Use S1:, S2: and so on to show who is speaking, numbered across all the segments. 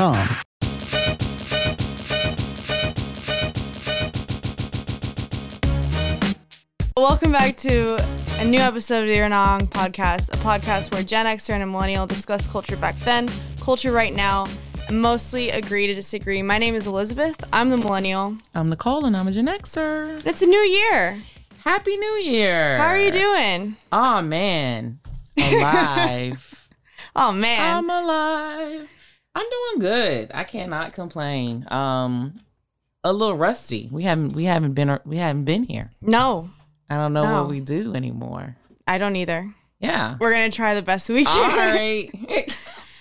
S1: radioinfluence.com.
S2: Welcome back to a new episode of the Ear Nong podcast, a podcast where Gen Xer and a millennial discuss culture back then, culture right now, and mostly agree to disagree. My name is Elizabeth. I'm the millennial.
S3: I'm Nicole and I'm a Gen Xer.
S2: It's a new year.
S3: Happy New Year.
S2: How are you doing?
S3: Oh man. Alive.
S2: Oh man.
S3: I'm alive. I'm doing good. I cannot complain. Um a little rusty. We haven't we haven't been we haven't been here.
S2: no,
S3: I don't know
S2: No.
S3: what we do anymore.
S2: I don't either.
S3: Yeah.
S2: We're gonna try the best we
S3: All
S2: can.
S3: right.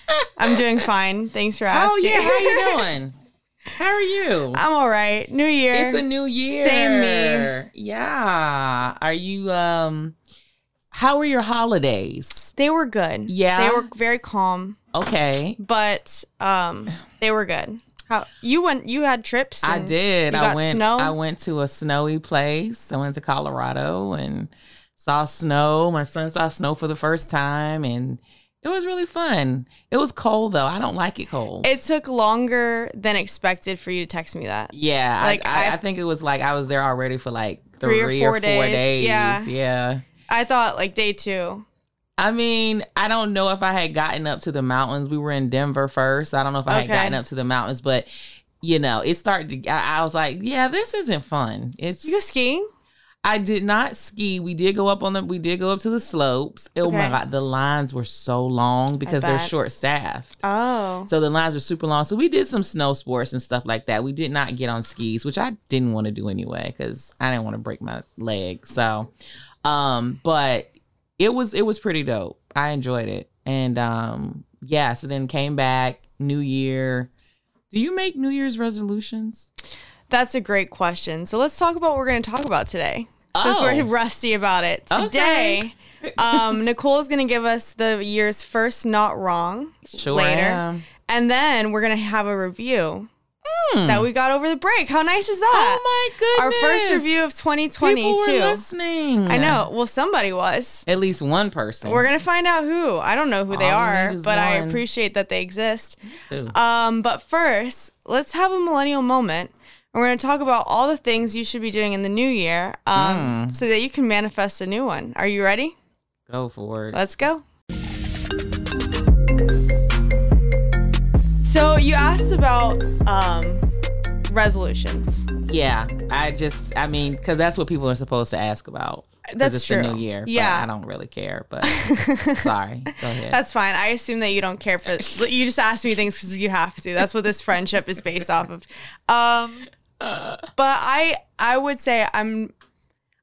S2: I'm doing fine. Thanks for
S3: oh
S2: asking.
S3: yeah, how you doing? How are you?
S2: I'm all right. New year.
S3: It's a new year.
S2: Same
S3: Yeah. Are you um how were your holidays?
S2: they were good.
S3: Yeah.
S2: They were very calm,
S3: Okay.
S2: but um, they were good. How you went? You had trips.
S3: I
S2: and
S3: did.
S2: you
S3: I
S2: got
S3: went
S2: Snow.
S3: I went to a snowy place. I went to Colorado and saw snow. My son saw snow for the first time and it was really fun. It was cold though. I don't like it cold.
S2: It took longer than expected for you to text me that.
S3: yeah.
S2: like,
S3: Like I,
S2: I-
S3: I, think it was like I was there already for like
S2: Three
S3: three,
S2: or four
S3: or four
S2: days.
S3: days.
S2: Yeah.
S3: Yeah.
S2: I thought like day two.
S3: I mean, I don't know if I had gotten up to the mountains. We were in Denver first. I don't know if I
S2: Okay.
S3: had gotten up to the mountains, but you know, it started to I, I was like, yeah, this isn't fun. It's
S2: You go skiing?
S3: I did not ski. We did go up on the we did go up to the slopes. Oh my
S2: Okay.
S3: god, the lines were so long because they're
S2: bet.
S3: short staffed.
S2: Oh.
S3: So the lines were super long. So we did some snow sports and stuff like that. We did not get on skis, which I didn't want to do anyway cuz I didn't want to break my leg. So um but it was it was pretty dope. I enjoyed it. And um yeah, so then came back new year. Do you make new year's resolutions?
S2: That's a great question. So let's talk about what we're going to talk about today. Since
S3: Oh.
S2: we're rusty about it. Today, um, Nicole's going to give us the year's first not wrong
S3: Sure.
S2: later.
S3: am.
S2: And then we're going to have a review
S3: Hmm.
S2: that we got over the break. How nice is that?
S3: Oh my
S2: Our
S3: goodness.
S2: first review of 2020,
S3: People were
S2: too.
S3: listening.
S2: I know. Well, somebody was.
S3: At least one person.
S2: We're going to find out who. I don't know who they
S3: All we
S2: are,
S3: need is
S2: but I
S3: one.
S2: appreciate that they exist.
S3: Too.
S2: Um, but first, let's have a millennial moment. And we're going to talk about all the things you should be doing in the new year um, so that you can manifest a new one. Are you ready?
S3: Go for it.
S2: Let's go. So, you asked about um, resolutions.
S3: yeah, I just, I mean, because that's what people are supposed to ask about. 'Cause
S2: That's
S3: it's
S2: true.
S3: The new year. but
S2: Yeah.
S3: I don't really care. But sorry. Go ahead.
S2: That's fine. I assume that you don't care for You just ask me things because you have to. That's what this friendship is based off of. Um, but I, I would say I'm.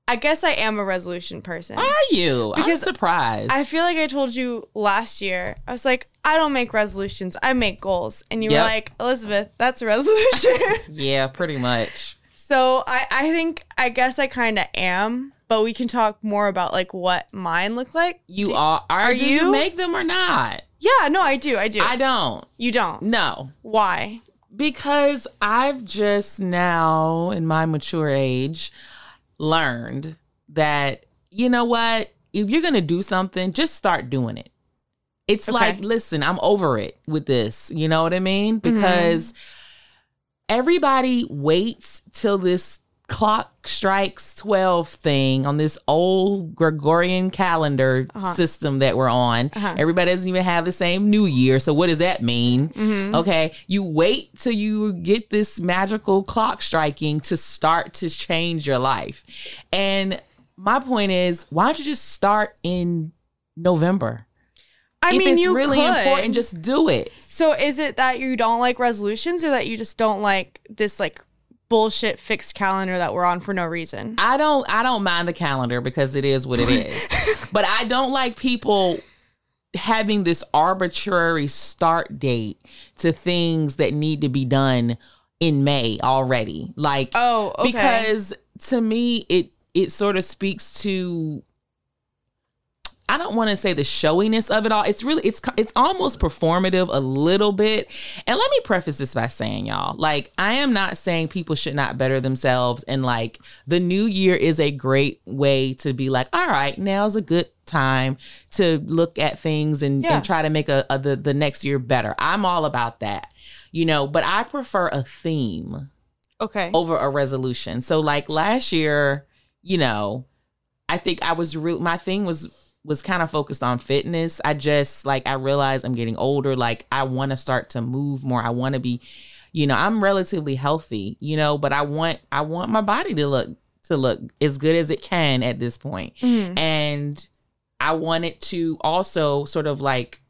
S2: I guess I am a resolution person.
S3: are you?
S2: Because
S3: I'm surprised.
S2: I feel like I told you last year. I was like, I don't make resolutions. I make goals. And you
S3: Yep.
S2: were like, Elizabeth, that's a resolution.
S3: yeah, pretty much.
S2: so I, I think I guess I kind of am. But we can talk more about like what mine look like.
S3: You are. Are,
S2: are
S3: do
S2: you?
S3: you make them or not?
S2: Yeah, no, I do. I do.
S3: I don't.
S2: you don't.
S3: No.
S2: Why?
S3: Because I've just now, in my mature age, learned that, you know what? If you're going to do something, just start doing it. It's
S2: Okay.
S3: like, listen, I'm over it with this. You know what I mean? Because everybody waits till this clock strikes 12 thing on this old Gregorian calendar
S2: Uh-huh.
S3: system that we're on. Everybody doesn't even have the same new year. So, what does that mean?
S2: Mm-hmm.
S3: Okay. You wait till you get this magical clock striking to start to change your life. And my point is, why don't you just start in November?
S2: I
S3: if
S2: mean,
S3: it's
S2: you
S3: really
S2: could.
S3: important, just do it.
S2: so is it that you don't like resolutions, or that you just don't like this like bullshit fixed calendar that we're on for no reason?
S3: I don't I don't mind the calendar because it is what it is. but I don't like people having this arbitrary start date to things that need to be done in May already. Like
S2: Oh, okay.
S3: because to me it it sort of speaks to I don't want to say the showiness of it all. It's really it's it's almost performative a little bit. And let me preface this by saying y'all, like I am not saying people should not better themselves and like the new year is a great way to be like, all right, now's a good time to look at things and,
S2: Yeah.
S3: and try to make a, a the, the next year better. I'm all about that. You know, but I prefer a theme
S2: Okay.
S3: over a resolution. So like last year, you know, I think I was real my thing was was kind of focused on fitness. I just like I realized I'm getting older, like I want to start to move more. I want to be you know, I'm relatively healthy, you know, but I want I want my body to look to look as good as it can at this point.
S2: Mhm.
S3: And I wanted to also sort of like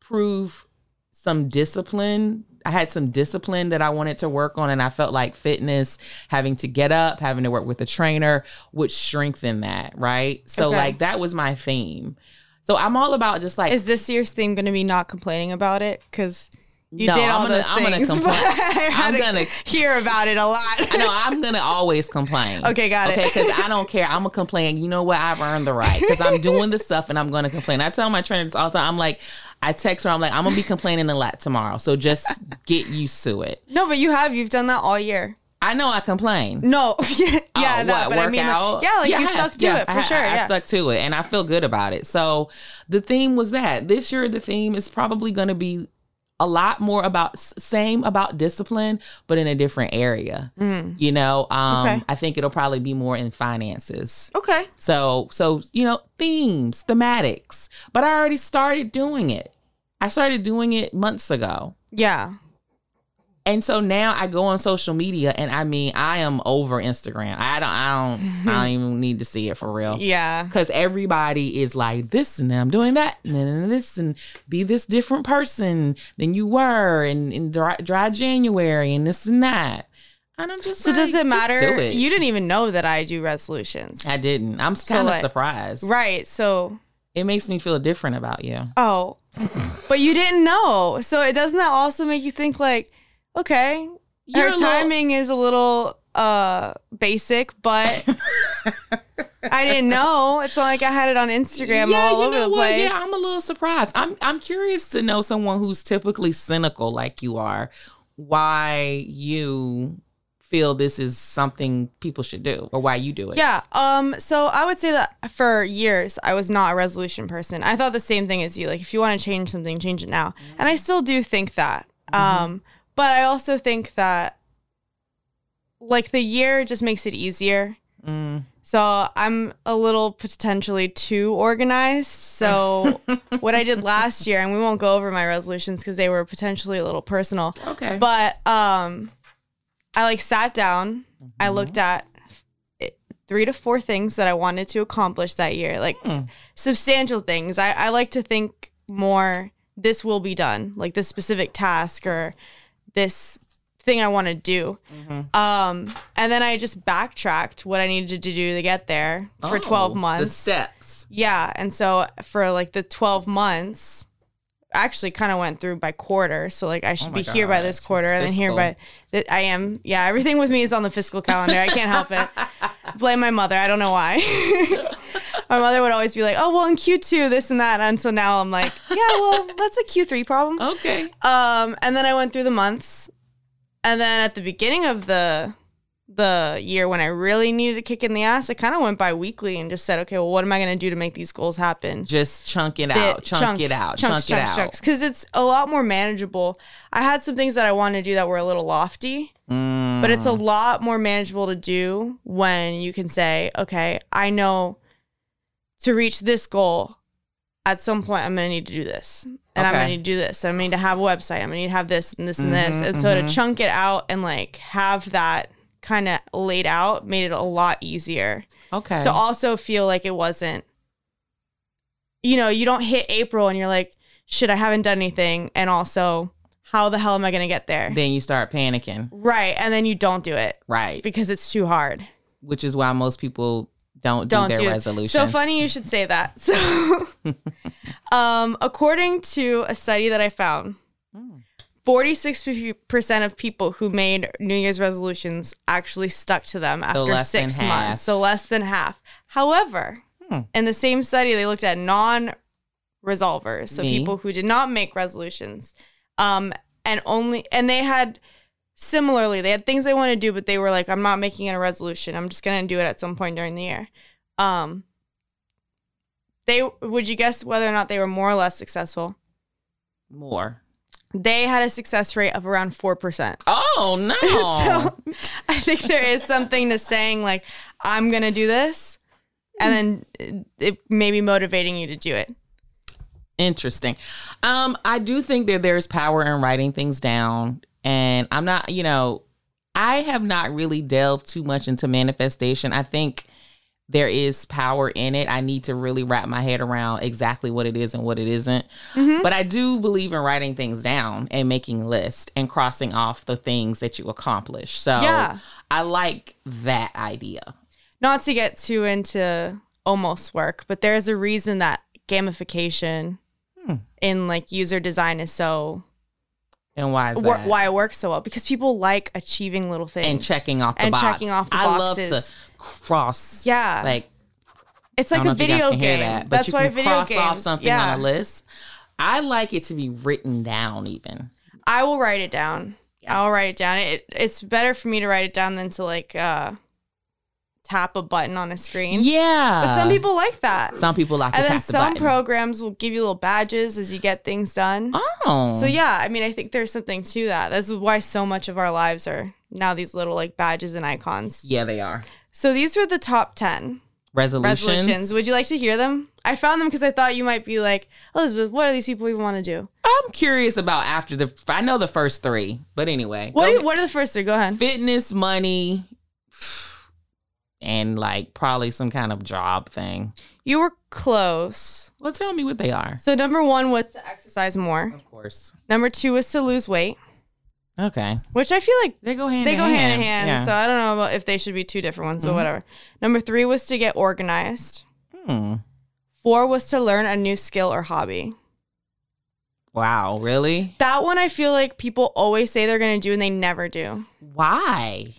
S3: prove some discipline. I had some discipline that I wanted to work on, and I felt like fitness, having to get up, having to work with a trainer would strengthen that, right? So,
S2: Okay.
S3: like, that was my theme. So, I'm all about just like,
S2: Is this year's theme going to be not complaining about it? Because you
S3: No,
S2: did all
S3: I'm gonna-
S2: those
S3: I'm gonna
S2: things. but
S3: complain.
S2: I had
S3: I'm
S2: to
S3: gonna-
S2: hear about it a lot.
S3: I know I'm gonna always complain.
S2: Okay, got it.
S3: Okay, because I don't care. I'm gonna complain. You know what? I've earned the right because I'm doing the stuff and I'm gonna complain. I tell my trainers all the time. I'm like, I text her. I'm like, I'm gonna be complaining a lot tomorrow. So just get used to it.
S2: no, but you have. You've done that all year.
S3: I know I complain.
S2: No, yeah, yeah,
S3: Oh,
S2: that.
S3: what,
S2: But I mean, like-
S3: workout?
S2: yeah, like
S3: I
S2: you
S3: have.
S2: stuck to
S3: Yeah,
S2: it for
S3: I,
S2: sure.
S3: I,
S2: yeah.
S3: have stuck to it, and I feel good about it. So the theme was that this year the theme is probably going to be a lot more about s- same about discipline, but in a different area. You know, um,
S2: Mm. Okay.
S3: I think it'll probably be more in finances.
S2: Okay.
S3: So, so you know, themes, thematics. But I already started doing it. I started doing it months ago.
S2: Yeah.
S3: And so now I go on social media and I mean I am over Instagram. I don't I don't I don't even need to see it for real.
S2: Yeah.
S3: Cause everybody is like this and I'm doing that and then this and be this different person than you were and, and dry, dry January and this and that. And I'm just
S2: So does
S3: like,
S2: it
S3: just
S2: matter?
S3: do it.
S2: You didn't even know that I do resolutions.
S3: I didn't. I'm kind of
S2: like-
S3: surprised.
S2: right. So,
S3: It makes me feel different about you.
S2: oh, but you didn't know. So it doesn't that also make you think like, okay,
S3: You're a
S2: her
S3: little-
S2: timing is a little uh basic, but I didn't know. It's not like I had it on Instagram all over the place.
S3: Yeah, I'm a little surprised. I'm I'm curious to know someone who's typically cynical like you are, why you feel this is something people should do or why you do it.
S2: Yeah. Um. So I would say that for years I was not a resolution person. I thought the same thing as you. Like, if you want to change something, change it now. And I still do think that. Um. But I also think that, like, the year just makes it easier.
S3: Mm.
S2: So I'm a little potentially too organized. So what I did last year, and we won't go over my resolutions because they were potentially a little personal.
S3: Okay.
S2: But um, I like sat down. I
S3: Mm-hmm.
S2: looked at it- three to four things that I wanted to accomplish that year, like
S3: Hmm.
S2: substantial things. I, I like to think more. This will be done, like this specific task or this thing I want to do.
S3: Mhm.
S2: Um, and then I just backtracked what I needed to do to get there for
S3: Oh,
S2: 12 months.
S3: The steps.
S2: Yeah. And so for like the 12 months, I actually kind of went through by quarter. So like I should
S3: Oh
S2: be
S3: my
S2: here by this
S3: gosh,
S2: quarter
S3: it's
S2: and then here by th- I am. Yeah. Everything with me is on the fiscal calendar. I can't help it. Blame my mother. I don't know why. my mother would always be like, oh, well, in Q2, this and that. And so now I'm like, yeah, well, that's a Q3 problem.
S3: Okay.
S2: Um, and then I went through the months, and then at the beginning of the the year when I really needed a kick in the ass, I kind of went by weekly and just said, okay, well, what am I going to do to make these goals happen?
S3: Just chunk it out. Chunk it out. chunk it out.
S2: because it's a lot more manageable. I had some things that I wanted to do that were a little lofty,
S3: Mm.
S2: but it's a lot more manageable to do when you can say, okay, I know to reach this goal, at some point I'm gonna need to do this. And I'm gonna
S3: Okay.
S2: need to do this. I'm gonna need to have a website. I'm gonna need to have this and this and this.
S3: Mhm,
S2: And so to
S3: mhm.
S2: chunk it out and like have that kind of laid out made it a lot easier
S3: okay.
S2: to also feel like it wasn't you know you don't hit april and you're like shit i haven't done anything and also how the hell am i going to get there
S3: then you start panicking.
S2: right and then you don't do it
S3: Right.
S2: because it's too hard
S3: Which is why most people don't,
S2: Don't
S3: do
S2: do
S3: their
S2: it.
S3: resolutions.
S2: So funny you should say that. So, um, according to a study that I found,
S3: Mm.
S2: 46% of people who made New Year's resolutions actually stuck to them after
S3: less than
S2: six
S3: half.
S2: months. So, less than half. However, In the same study, they looked at non resolvers, so
S3: Me.
S2: people who did not make resolutions, um, and only and they had similarly they had things they want to do, but they were like, "I'm not making it a resolution. I'm just gonna do it at some point during the year." Um, they would you guess whether or not they were more or less successful?
S3: More.
S2: They had a success rate of around four percent.
S3: Oh no.
S2: So I think there is something to saying like I'm gonna do this, and then it may be motivating you to do it.
S3: Interesting. Um, I do think that there's power in writing things down, and I'm not, you know, I have not really delved too much into manifestation. I think there is power in it. I need to really wrap my head around exactly what it is and what it isn't.
S2: Mm-hmm.
S3: But I do believe in writing things down and making lists and crossing off the things that you accomplish. So
S2: Yeah.
S3: I like that idea.
S2: Not to get too into almost work, but there's a reason that gamification
S3: Hmm.
S2: in like user design is so
S3: And why is
S2: wor-
S3: that?
S2: why it works so well because people like achieving little things
S3: and checking off the
S2: And
S3: box.
S2: checking off the
S3: I love to
S2: boxes.
S3: cross.
S2: Yeah,
S3: Like
S2: it's
S3: I
S2: like
S3: don't know
S2: a
S3: if you guys
S2: video
S3: can
S2: game.
S3: hear that, but
S2: That's
S3: you
S2: why
S3: can
S2: video
S3: cross
S2: games.
S3: off something
S2: yeah,
S3: on a list. I like it to be written down, even.
S2: I will write it down.
S3: Yeah.
S2: I'll write it down. It it's better for me to write it down than to like uh tap a button on a screen.
S3: Yeah,
S2: But some people like that.
S3: some people like to
S2: and then
S3: tap the
S2: some
S3: button.
S2: programs will give you little badges as you get things done.
S3: oh,
S2: So yeah, I mean I think there's something to that. This is why so much of our lives are now these little like badges and icons.
S3: yeah, they are
S2: So these were the top 10
S3: resolutions.
S2: resolutions. Would you like to hear them? I found them because I thought you might be like, Elizabeth, what are these people we want to do?
S3: I'm curious about after the. I know the first three, but anyway,
S2: What
S3: Go
S2: are, you-
S3: ahead.
S2: what are the first three? Go ahead.
S3: fitness, money, and like probably some kind of job thing.
S2: You were close.
S3: Well, tell me what they are.
S2: So number one was to exercise more.
S3: Of course.
S2: Number two was to lose weight,
S3: Okay,
S2: which I feel like
S3: they go hand.
S2: they
S3: in
S2: go hand in hand.
S3: Yeah. Mm-hmm.
S2: So I don't know about if they should be two different ones, but whatever. Number three was to get organized.
S3: Hmm.
S2: Four was to learn a new skill or hobby.
S3: Wow, really?
S2: That one I feel like people always say they're going to do and they never do.
S3: Why?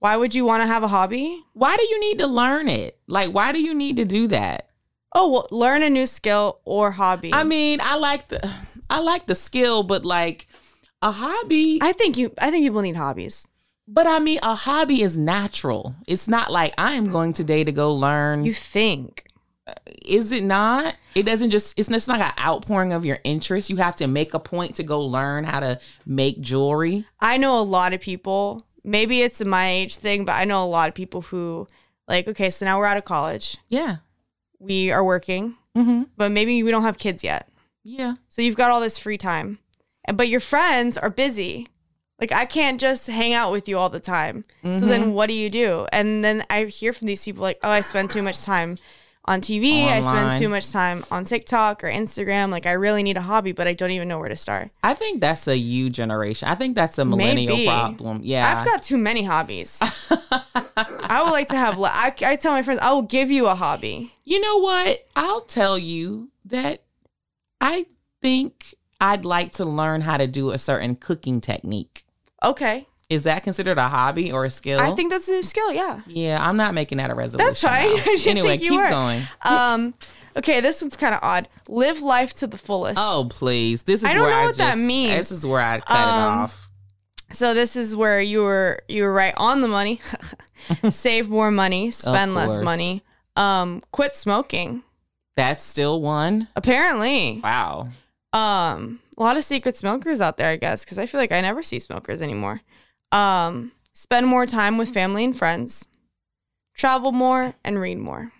S2: Why would you want to have a hobby?
S3: Why do you need to learn it? Like, why do you need to do that?
S2: Oh, well, learn a new skill or hobby.
S3: I mean, I like the, I like the skill, but like a hobby.
S2: I think you. I think people need hobbies.
S3: but I mean, a hobby is natural. It's not like I am going today to go learn.
S2: You think?
S3: is it not? It doesn't just. It's just not an outpouring of your interest. You have to make a point to go learn how to make jewelry.
S2: I know a lot of people, maybe it's a my age thing, but I know a lot of people who like, okay, so now we're out of college.
S3: Yeah.
S2: We are working,
S3: Mm-hmm.
S2: but maybe we don't have kids yet.
S3: Yeah.
S2: So you've got all this free time. And but your friends are busy. Like I can't just hang out with you all the time. So
S3: Mm-hmm.
S2: then what do you do? And then I hear from these people like, "Oh, I spend too much time on TV. I spend
S3: Online.
S2: too much time on TikTok or Instagram. Like I really need a hobby, but I don't even know where to start."
S3: I think that's a you generation. I think that's a millennial
S2: Maybe.
S3: problem. Yeah.
S2: I've got too many hobbies. I would like to have. Le- I, I tell my friends, I will give you a hobby.
S3: You know what? I'll tell you that I think I'd like to learn how to do a certain cooking technique.
S2: Okay,
S3: Is that considered a hobby or a skill?
S2: I think that's a new skill. Yeah.
S3: Yeah, I'm not making that a resolution.
S2: fine.
S3: though.
S2: I didn't
S3: anyway,
S2: think you
S3: keep
S2: were.
S3: going.
S2: Um. Okay, this one's kind of odd. Live life to the fullest.
S3: Oh, please. This is
S2: I don't
S3: where
S2: know
S3: I
S2: what that
S3: just-
S2: means.
S3: This is where I cut
S2: Um,
S3: it off.
S2: So this is where you were you were right on the money. Save more money, spend less
S3: course.
S2: money. Um, quit smoking.
S3: That's still one.
S2: Apparently,
S3: Wow.
S2: um, a lot of secret smokers out there, I guess, because I feel like I never see smokers anymore. Um, spend more time with family and friends, travel more, and read more.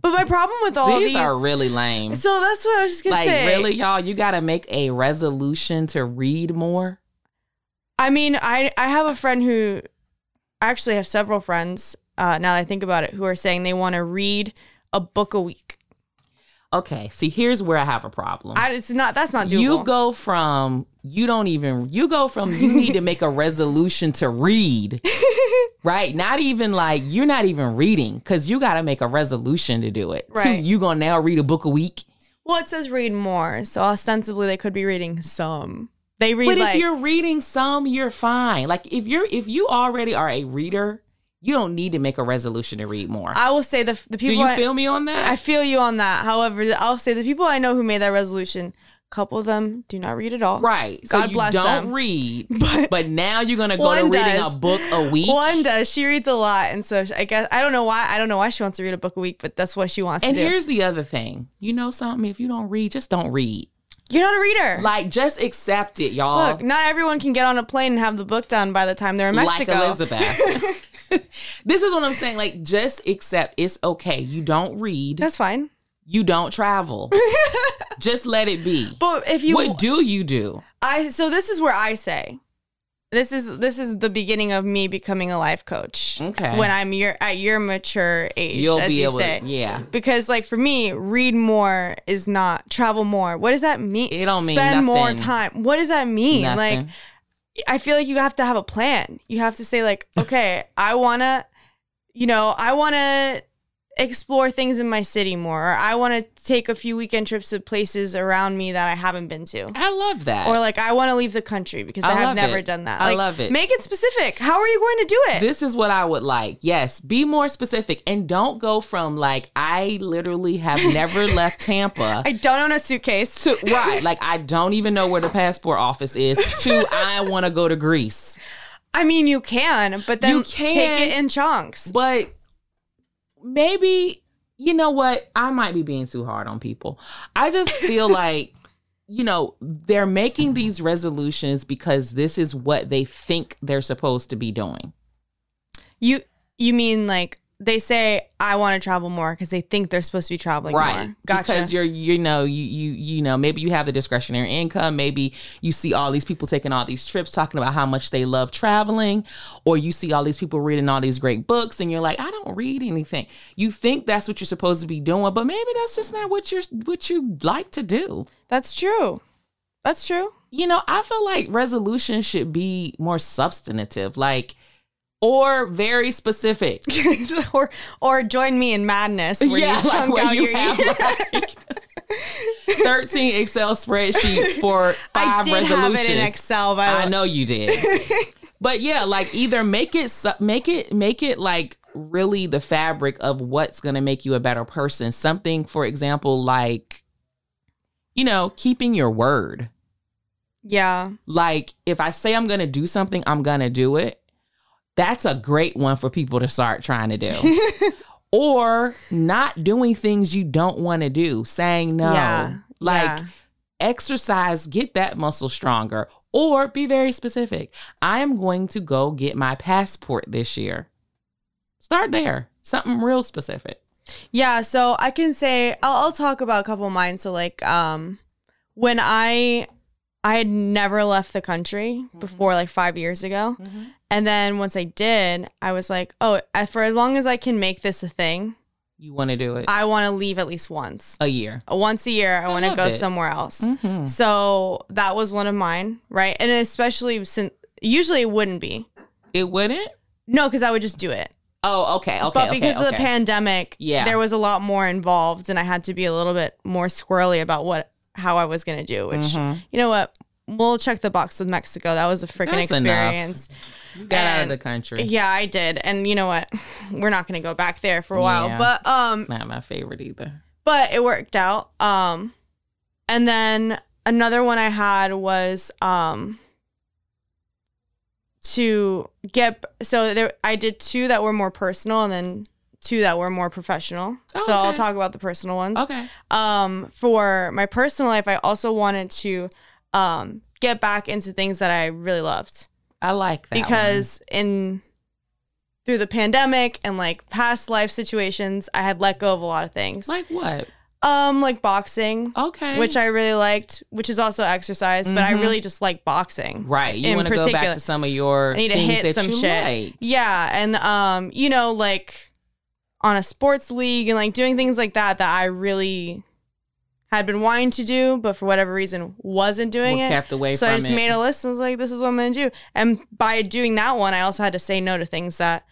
S2: But my problem with all
S3: these,
S2: these,
S3: are really lame.
S2: so that's what I was just gonna
S3: Like
S2: say.
S3: really, y'all, you gotta make a resolution to read more.
S2: I mean, I I have a friend who I actually have several friends uh, now that I think about it who are saying they want to read a book a week.
S3: Okay, see, here's where I have a problem.
S2: I, it's not that's not doable.
S3: You go from you don't even you go from you need to make a resolution to read. right? Not even like you're not even reading cuz you got to make a resolution to do it.
S2: Right.
S3: To, you going to now read a book a week?
S2: well, it says read more, so ostensibly they could be reading some. They read
S3: But
S2: like
S3: if you're reading some, you're fine. Like if you're if you already are a reader, you don't need to make a resolution to read more.
S2: I will say the the
S3: Do
S2: people
S3: you
S2: I,
S3: feel me on that?
S2: I feel you on that. However, I'll say the people I know who made that resolution, a couple of them do not read at all.
S3: right. so
S2: God
S3: you
S2: bless
S3: don't
S2: them.
S3: read,
S2: But
S3: but now you're gonna go to
S2: One
S3: reading
S2: does.
S3: a book a week.
S2: One does. She reads a lot, and so I guess I don't know why. I don't know why she wants to read a book a week, but that's what she wants
S3: and
S2: to do.
S3: here's the other thing. You know something? If you don't read, just don't read.
S2: You're not a reader.
S3: Like just accept it, y'all.
S2: Look, not everyone can get on a plane and have the book done by the time they're in Mexico.
S3: Uh-huh. Like Elizabeth. this is what I'm saying. Like, just accept it's okay. You don't read.
S2: That's fine.
S3: you don't travel. just let it be.
S2: But if you,
S3: what do you do?
S2: I so this is where I say, this is this is the beginning of me becoming a life coach.
S3: Okay.
S2: When I'm your at your mature age,
S3: You'll
S2: as
S3: be
S2: you
S3: able
S2: say.
S3: to. Yeah.
S2: Because like for me, read more is not travel more. What does that mean?
S3: It don't mean
S2: Spend more
S3: nothing.
S2: time. What does that mean? Like
S3: Nothing.
S2: I feel like you have to have a plan. You have to say like, okay, I want to, you know, I want to explore things in my city more, or I want to take a few weekend trips to places around me that I haven't been to,
S3: I love that.
S2: or like I want to leave the country because I,
S3: I
S2: have
S3: love
S2: never
S3: it.
S2: done that.
S3: I
S2: Like,
S3: love it.
S2: Make it specific. How are you going to do it?
S3: this is what I would like. Yes, be more specific and don't go from like I literally have never left Tampa.
S2: I don't own a suitcase.
S3: to right, like I don't even know where the passport office is. To I want to go to Greece,
S2: I mean, you can, but then
S3: You
S2: take
S3: can.
S2: it in chunks.
S3: but maybe you know what? I might be being too hard on people. I just feel like you know they're making these resolutions because this is what they think they're supposed to be doing.
S2: You you mean like they say I want to travel more because they think they're supposed to be traveling
S3: right
S2: more. Gotcha.
S3: because you're you know you you you know maybe you have the discretionary income maybe you see all these people taking all these trips talking about how much they love traveling or you see all these people reading all these great books and you're like i don't read anything you think that's what you're supposed to be doing but maybe that's just not what you're what you like to do
S2: That's true. That's true.
S3: you know i feel like resolution should be more substantive like or very specific
S2: or or join me in madness where you chunk
S3: where
S2: out
S3: you
S2: your year.
S3: like, 13 Excel spreadsheets for
S2: I
S3: five
S2: did
S3: resolutions.
S2: have it in Excel by
S3: I
S2: the way.
S3: know you did. but yeah, like either make it su- make it make it like really the fabric of what's going to make you a better person. Something for example like you know, keeping your word.
S2: Yeah.
S3: Like if I say I'm going to do something, I'm going to do it. That's a great one for people to start trying to do. or not doing things you don't want to do, saying no.
S2: Yeah.
S3: Like
S2: Yeah.
S3: exercise, get that muscle stronger, or be very specific. I am going to go get my passport this year. Start there. Something real specific.
S2: Yeah, so I can say I'll, I'll talk about a couple of mine. So like, um, when I I had never left the country before like five years ago, and then once I did, I was like, oh, I- for as long as I can make this a thing,
S3: You want to do it
S2: I want to leave at least once.
S3: a year.
S2: Once a year, I, want to
S3: love
S2: go
S3: it.
S2: somewhere else. So that was one of mine, right? And especially since usually it wouldn't be
S3: It wouldn't?
S2: no, because I would just do it.
S3: Oh, okay. Okay.
S2: But
S3: okay,
S2: because of the
S3: okay.
S2: pandemic,
S3: Yeah.
S2: there was a lot more involved, and I had to be a little bit more squirrely about what how I was going to do. Which you know what, we'll check the box with Mexico. That was a freaking
S3: Mm-hmm. That's enough.
S2: experience.
S3: You got out of
S2: and-
S3: the country.
S2: Yeah, I did, and you know what, we're not going to go back there for a while.
S3: Yeah.
S2: But um,
S3: Not my favorite either.
S2: but it worked out. Um, and then another one I had was um to get so there I did two that were more personal and then two that were more professional.
S3: Oh,
S2: so I'll
S3: okay. Oh.
S2: talk about the personal ones.
S3: Okay.
S2: Um, for my personal life, I also wanted to um get back into things that I really loved
S3: I like that. one.
S2: because in through the pandemic and like past life situations, I had let go of a lot of things.
S3: like what?
S2: Um, like boxing,
S3: Okay.
S2: which I really liked, which is also exercise, but I
S3: Mhm.
S2: really just like boxing.
S3: Right. You
S2: in
S3: want to go back
S2: particular.
S3: to some of your
S2: I need to
S3: things
S2: hit
S3: that
S2: some
S3: you
S2: shit.
S3: like.
S2: Yeah, and um, you know, like on a sports league and like doing things like that that I really had been wanting to do, but for whatever reason wasn't doing
S3: We're
S2: it.
S3: kept away
S2: so
S3: from
S2: I just
S3: it.
S2: made a list and was like, this is what I'm gonna do. And by doing that one, I also had to say no to things that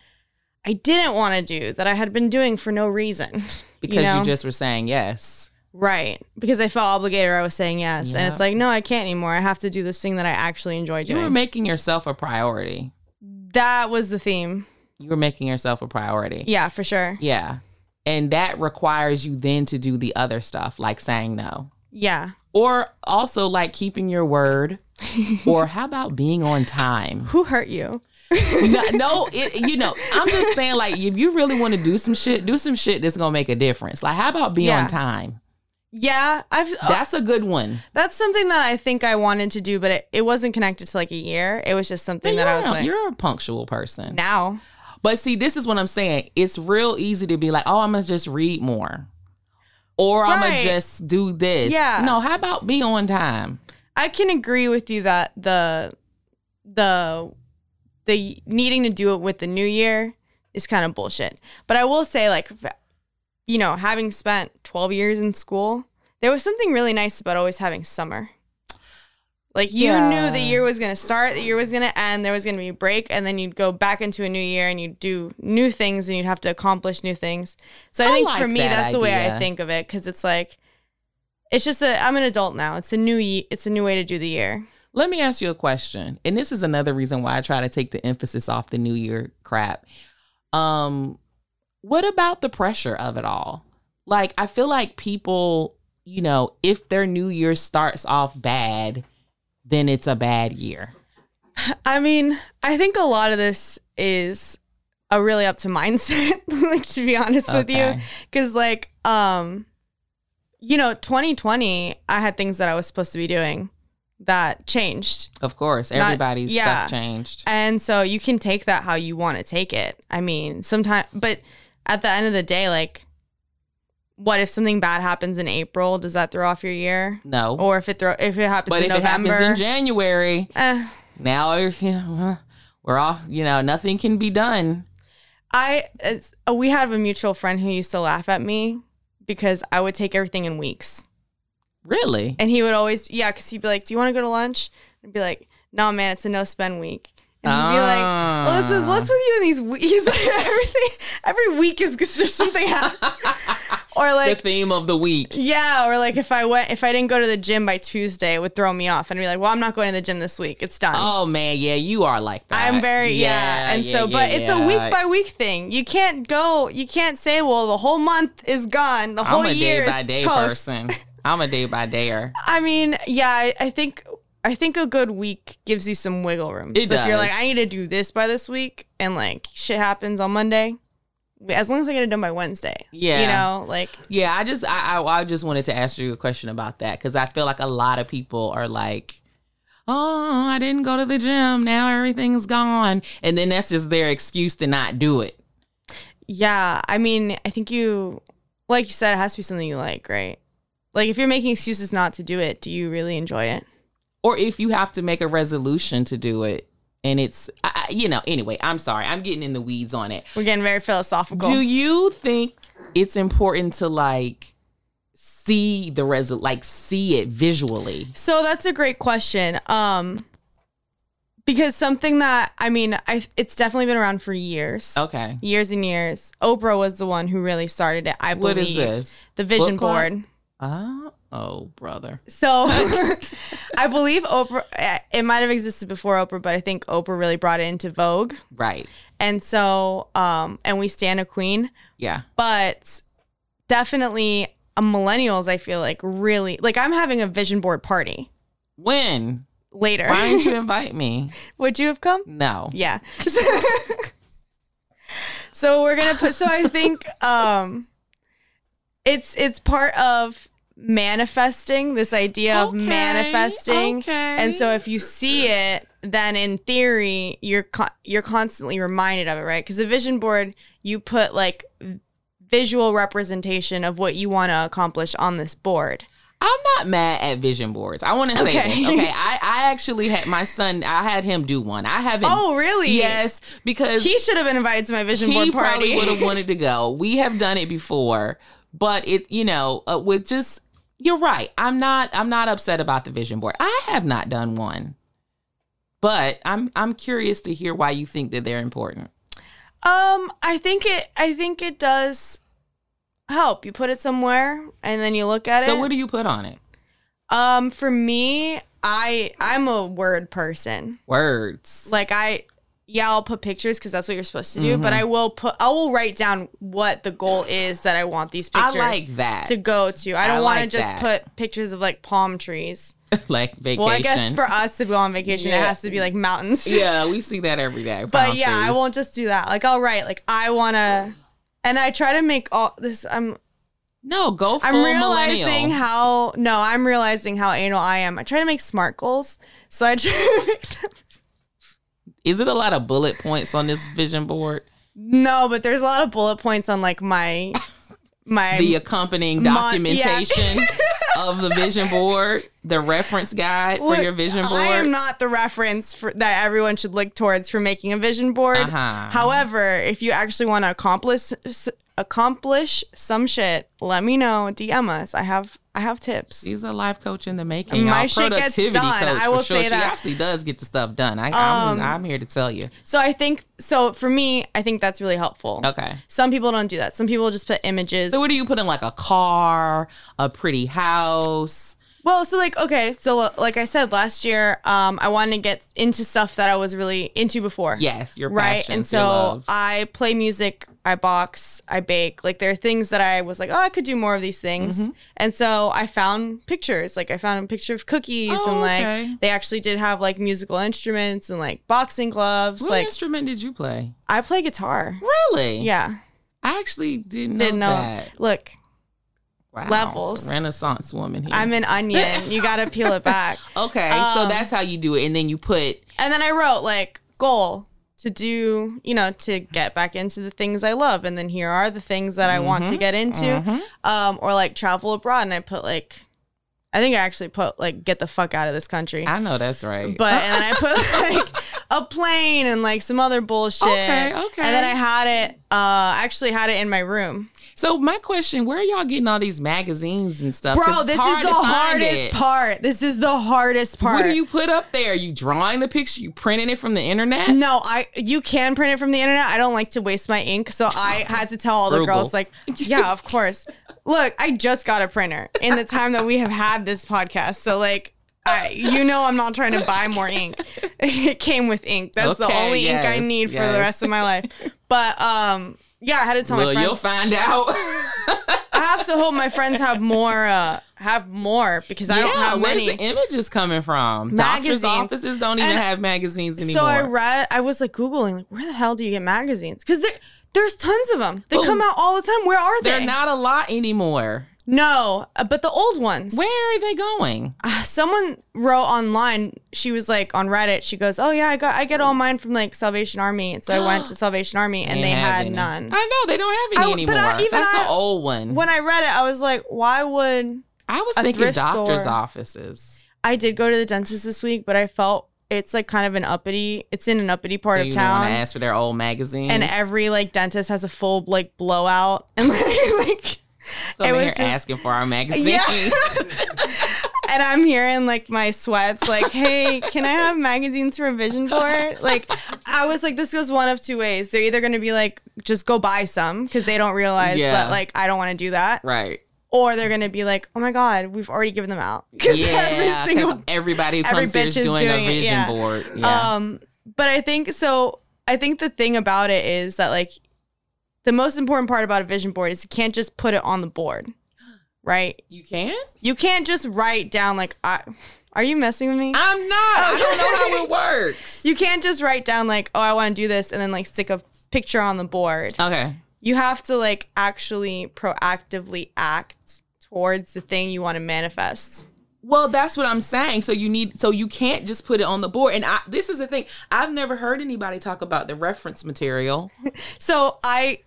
S2: I didn't want to do that I had been doing for no reason.
S3: because you,
S2: know?
S3: just were saying yes.
S2: Right. Because I felt obligated or I was saying yes. And
S3: Yeah.
S2: it's like, no, I can't anymore. I have to do this thing that I actually enjoy
S3: You
S2: doing.
S3: were making yourself a priority.
S2: that was the theme.
S3: You were making yourself a priority.
S2: Yeah, for sure.
S3: Yeah. And that requires you then to do the other stuff, like saying no.
S2: Yeah.
S3: Or also like keeping your word. or how about being on time?
S2: Who hurt you?
S3: No, no it, you know, I'm just saying, like, if you really want to do some shit, do some shit that's gonna make a difference. Like, how about be
S2: Yeah.
S3: on time?
S2: Yeah, I've oh,
S3: That's a good one.
S2: that's something that I think I wanted to do, but it, it wasn't connected to like a year. It was just something that I was
S3: Yeah,
S2: like
S3: you're a punctual person.
S2: now.
S3: But see, this is what I'm saying. It's real easy to be like, oh, I'm gonna just read more. Or I'm
S2: Right.
S3: gonna just do this.
S2: Yeah.
S3: No, how about be on time?
S2: I can agree with you that the the the needing to do it with the new year is kind of bullshit. But I will say like f- you know, having spent 12 years in school, there was something really nice about always having summer. Like you knew the
S3: Yeah.
S2: year was going to start, the year was going to end, there was going to be a break and then you'd go back into a new year and you'd do new things and you'd have to accomplish new things. So I,
S3: I
S2: think
S3: like
S2: for me
S3: that
S2: that's the way I
S3: idea.
S2: think of it cuz it's like it's just a I'm an adult now. It's a new ye- it's a new way to do the year.
S3: Let me ask you a question. And this is another reason why I try to take the emphasis off the new year crap. Um what about the pressure of it all? Like I feel like people, you know, if their new year starts off bad, then it's a bad year.
S2: I mean, I think a lot of this is a really up to mindset, like to be honest with you.
S3: Okay.
S2: Cause like, um, you know, 2020, I had things that I was supposed to be doing that changed.
S3: Of course,
S2: Not-
S3: everybody's
S2: yeah.
S3: stuff changed.
S2: And so you can take that how you want to take it. I mean, sometimes, but at the end of the day, like, what if something bad happens in April? Does that throw off your year?
S3: No.
S2: Or if it throw if it happens in
S3: but if
S2: November?
S3: it happens in January,
S2: eh.
S3: now everything- we're off, you know, nothing can be done.
S2: I it's, uh, we have a mutual friend who used to laugh at me because I would take everything in weeks,
S3: Really?
S2: and he would always yeah, because he'd be like, "Do you want to go to lunch?" And I'd be like, "No, man, it's a no spend week." And he'd be like, "Well, what's with, what's with you in these weeks? everything every week is because there's something happening, or
S3: the
S2: like."
S3: theme of the week.
S2: yeah, or like if I went, if I didn't go to the gym by Tuesday, it would throw me off, and I'd be like, "Well, I'm not going to the gym this week. It's done."
S3: Oh man, yeah, you are like that.
S2: I'm very yeah, and so but it's a week by week thing. You can't go. You can't say, well, the whole month is gone. The whole
S3: I'm a
S2: year
S3: day by
S2: is
S3: day
S2: toast.
S3: person. I'm a day by dayer.
S2: I mean, yeah, I, I think I think a good week gives you some wiggle room.
S3: It
S2: so if you're like,
S3: does.
S2: I need to do this by this week, and like shit happens on Monday, as long as I get it done by Wednesday, you
S3: Yeah.
S2: know, like
S3: Yeah, I just I, I I just wanted to ask you a question about that because I feel like a lot of people are like, oh, I didn't go to the gym. Now everything's gone, and then that's just their excuse to not do it.
S2: yeah. I mean, I think you, like you said, it has to be something you like, right? Like if you're making excuses not to do it, do you really enjoy it?
S3: or if you have to make a resolution to do it and it's I, I- you know anyway i'm sorry i'm getting in the weeds on it
S2: We're getting very philosophical.
S3: do you think it's important to like see the resol like see it visually
S2: So that's a great question. Um because something that I mean, I it's definitely been around for years.
S3: okay
S2: Years and years. Oprah was the one who really started it, I believe.
S3: what is this
S2: The vision
S3: Book club?
S2: board.
S3: uh, oh brother
S2: So I believe Oprah eh, it might have existed before Oprah, but I think Oprah really brought it into vogue.
S3: right
S2: And so um and we stand a queen,
S3: yeah
S2: but definitely uh, millennials I feel like really like I'm having a vision board party
S3: when
S2: later.
S3: why didn't you invite me
S2: Would you have come?
S3: no
S2: Yeah. so we're gonna put. So I think um, it's it's part of manifesting this idea of
S3: Okay,
S2: manifesting.
S3: okay.
S2: And so if you see it, then in theory you're con- you're constantly reminded of it, right? Because a vision board you put like visual representation of what you want to accomplish on this board.
S3: I'm not mad at vision boards. I want to say
S2: Okay.
S3: this. Okay, I, I actually had my son. I had him do one. I haven't.
S2: Oh, really?
S3: Yes, because
S2: He should have been invited to my vision
S3: he
S2: board party.
S3: probably would have wanted to go. We have done it before, but it, you know, uh, with just you're right. I'm not I'm not upset about the vision board. I have not done one. But I'm I'm curious to hear why you think that they're important.
S2: Um, I think it. I think it does help. You put it somewhere, and then you look at
S3: So
S2: it.
S3: what do you put on it?
S2: um, for me, I I'm a word person.
S3: Words.
S2: Like I, yeah, I'll put pictures because that's what you're supposed to do. But
S3: Mm-hmm.
S2: I will put, I will write down what the goal is that I want these
S3: I
S2: pictures
S3: like that
S2: to go to. I don't want
S3: like
S2: to just
S3: that.
S2: put pictures of like palm trees.
S3: like vacation.
S2: Well, I guess for us to go on vacation, it
S3: Yeah.
S2: has to be like mountains.
S3: yeah, we see that every day.
S2: But
S3: palm
S2: yeah, I
S3: trees.
S2: won't just do that. Like I'll write like I want to, and I try to make all this. I'm
S3: No, go full
S2: I'm realizing
S3: millennial.
S2: how no, I'm realizing how anal I am. I try to make smart goals, so I try to make them.
S3: Is it a lot of bullet points on this vision board?
S2: No, but there's a lot of bullet points on like my my
S3: The uh, accompanying
S2: Mon- yeah.
S3: documentation of the vision board, the reference guide for
S2: Look,
S3: your vision board.
S2: I am not the reference for, that everyone should look towards for making a vision board.
S3: Uh-huh.
S2: However, if you actually want to accomplish s- accomplish some shit, let me know. DM us. I have I have tips.
S3: She's a life coach in the making.
S2: My
S3: Y'all.
S2: shit gets
S3: productivity
S2: done,
S3: coach
S2: I
S3: for
S2: will
S3: sure.
S2: say
S3: she
S2: that.
S3: actually does get the stuff done. I,
S2: Um,
S3: I'm, I'm here to tell you.
S2: So I think so for me, I think that's really helpful.
S3: Okay.
S2: Some people don't do that. Some people just put images.
S3: So what do you put in like a car, a pretty house?
S2: Well, so like okay, so uh, like I said last year, um, I wanted to get into stuff that I was really into before.
S3: Yes, your
S2: right.
S3: passions,
S2: and
S3: your
S2: so
S3: loves.
S2: I play music, I box, I bake. Like there are things that I was like, oh, I could do more of these things.
S3: Mm-hmm.
S2: And so I found pictures. Like I found a picture of cookies,
S3: Oh,
S2: and like
S3: okay.
S2: they actually did have like musical instruments and like boxing gloves.
S3: what
S2: like
S3: instrument did you play?
S2: I play guitar.
S3: Really?
S2: Yeah,
S3: I actually didn't know
S2: didn't know.
S3: that.
S2: Look,
S3: Wow,
S2: levels.
S3: it's a Renaissance woman here.
S2: I'm an onion. you gotta peel it back.
S3: okay,
S2: um,
S3: so that's how you do it, and then you put
S2: And then I wrote like goal to do, you know, to get back into the things I love. And then here are the things that I want
S3: Mm-hmm.
S2: to get into. Um, or like travel abroad. And I put like, I think I actually put like get the fuck out of this country.
S3: I know that's right.
S2: but and then I put like a plane and like some other bullshit.
S3: Okay, okay.
S2: And then I had it. Uh, I actually had it in my room.
S3: so my question: Where are y'all getting all these magazines and stuff? 'Cause
S2: Bro,
S3: it's
S2: this
S3: hard
S2: is the
S3: to find
S2: hardest
S3: it.
S2: part. This is the hardest part.
S3: What do you put up there? You drawing the picture? You printing it from the internet?
S2: No, I you can print it from the internet. I don't like to waste my ink, so I had to tell all the
S3: Frugal.
S2: girls like, yeah, of course. Look, I just got a printer in the time that we have had this podcast. So like I you know I'm not trying to buy more ink. It came with ink. That's the
S3: Okay,
S2: only ink I
S3: yes,
S2: need for the
S3: yes.
S2: rest of my life. But um yeah, I had to tell
S3: Well,
S2: my friends.
S3: you'll find out.
S2: I have to hope my friends have more uh have more because I don't
S3: yeah,
S2: have
S3: where's
S2: many.
S3: the images coming from?
S2: Magazines.
S3: Doctors' offices don't even
S2: And-
S3: have magazines anymore.
S2: So I read, I was like Googling, like, where the hell do you get magazines? Because there's tons of them. They
S3: Well,
S2: come out all the time. Where are they?
S3: They're not a lot anymore.
S2: No, uh, but the old ones.
S3: Where are they going?
S2: Uh, someone wrote online, she was like on Reddit, she goes, oh yeah, I got, I get all mine from like Salvation Army. And so I went to Salvation Army and they
S3: Didn't have
S2: had
S3: any.
S2: none.
S3: I know they don't have any
S2: I- but
S3: anymore.
S2: I- even
S3: That's
S2: I-
S3: an old one.
S2: When I read it, I was like, why would
S3: I was
S2: a
S3: thinking
S2: thrift
S3: doctors'
S2: store.
S3: offices.
S2: I did go to the dentist this week, but I felt it's like kind of an uppity, it's in an uppity part
S3: So
S2: of
S3: you don't
S2: town.
S3: want to ask for their old magazines.
S2: and every like dentist has a full like blowout and like, like
S3: Go in
S2: it was
S3: here
S2: just-
S3: asking for our magazines.
S2: Yeah. and I'm hearing like my sweats like hey can I have magazines for a vision board like I was like this goes one of two ways they're either gonna be like just go buy some because they don't realize
S3: Yeah.
S2: that like I don't want to do that
S3: right.
S2: or they're gonna be like oh my god we've already given them out because
S3: Yeah.
S2: every single
S3: Because everybody who
S2: every
S3: comes here
S2: bitch
S3: is
S2: is
S3: doing,
S2: doing
S3: a
S2: it,
S3: vision
S2: yeah.
S3: board. Yeah.
S2: Um, but I think so. I think the thing about it is that like the most important part about a vision board is you can't just put it on the board, right?
S3: you can?
S2: You can't just write down like I. Are you messing with me?
S3: I'm not. I don't know how it works.
S2: You can't just write down like oh I want to do this and then like stick a picture on the board.
S3: Okay.
S2: You have to like actually proactively act towards the thing you want to manifest.
S3: Well, that's what I'm saying. So you need so you can't just put it on the board. And I, this is the thing. I've never heard anybody talk about the reference material.
S2: So I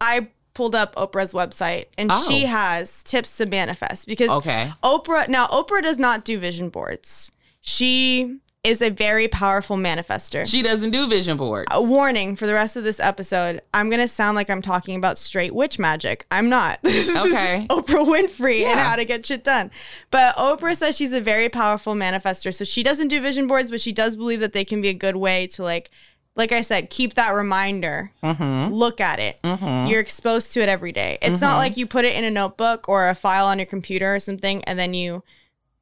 S2: I pulled up Oprah's website and
S3: Oh.
S2: she has tips to manifest because
S3: Okay.
S2: Oprah now Oprah does not do vision boards. She is a very powerful manifester.
S3: She doesn't do vision boards.
S2: a warning for the rest of this episode. I'm going to sound like I'm talking about straight witch magic. I'm not. This is
S3: Okay.
S2: Oprah Winfrey and
S3: Yeah.
S2: how to get shit done. But Oprah says she's a very powerful manifester. So she doesn't do vision boards, but she does believe that they can be a good way to like like I said, keep that reminder.
S3: Mm-hmm.
S2: Look at it. You're exposed to it every day. It's not like you put it in a notebook or a file on your computer or something and then you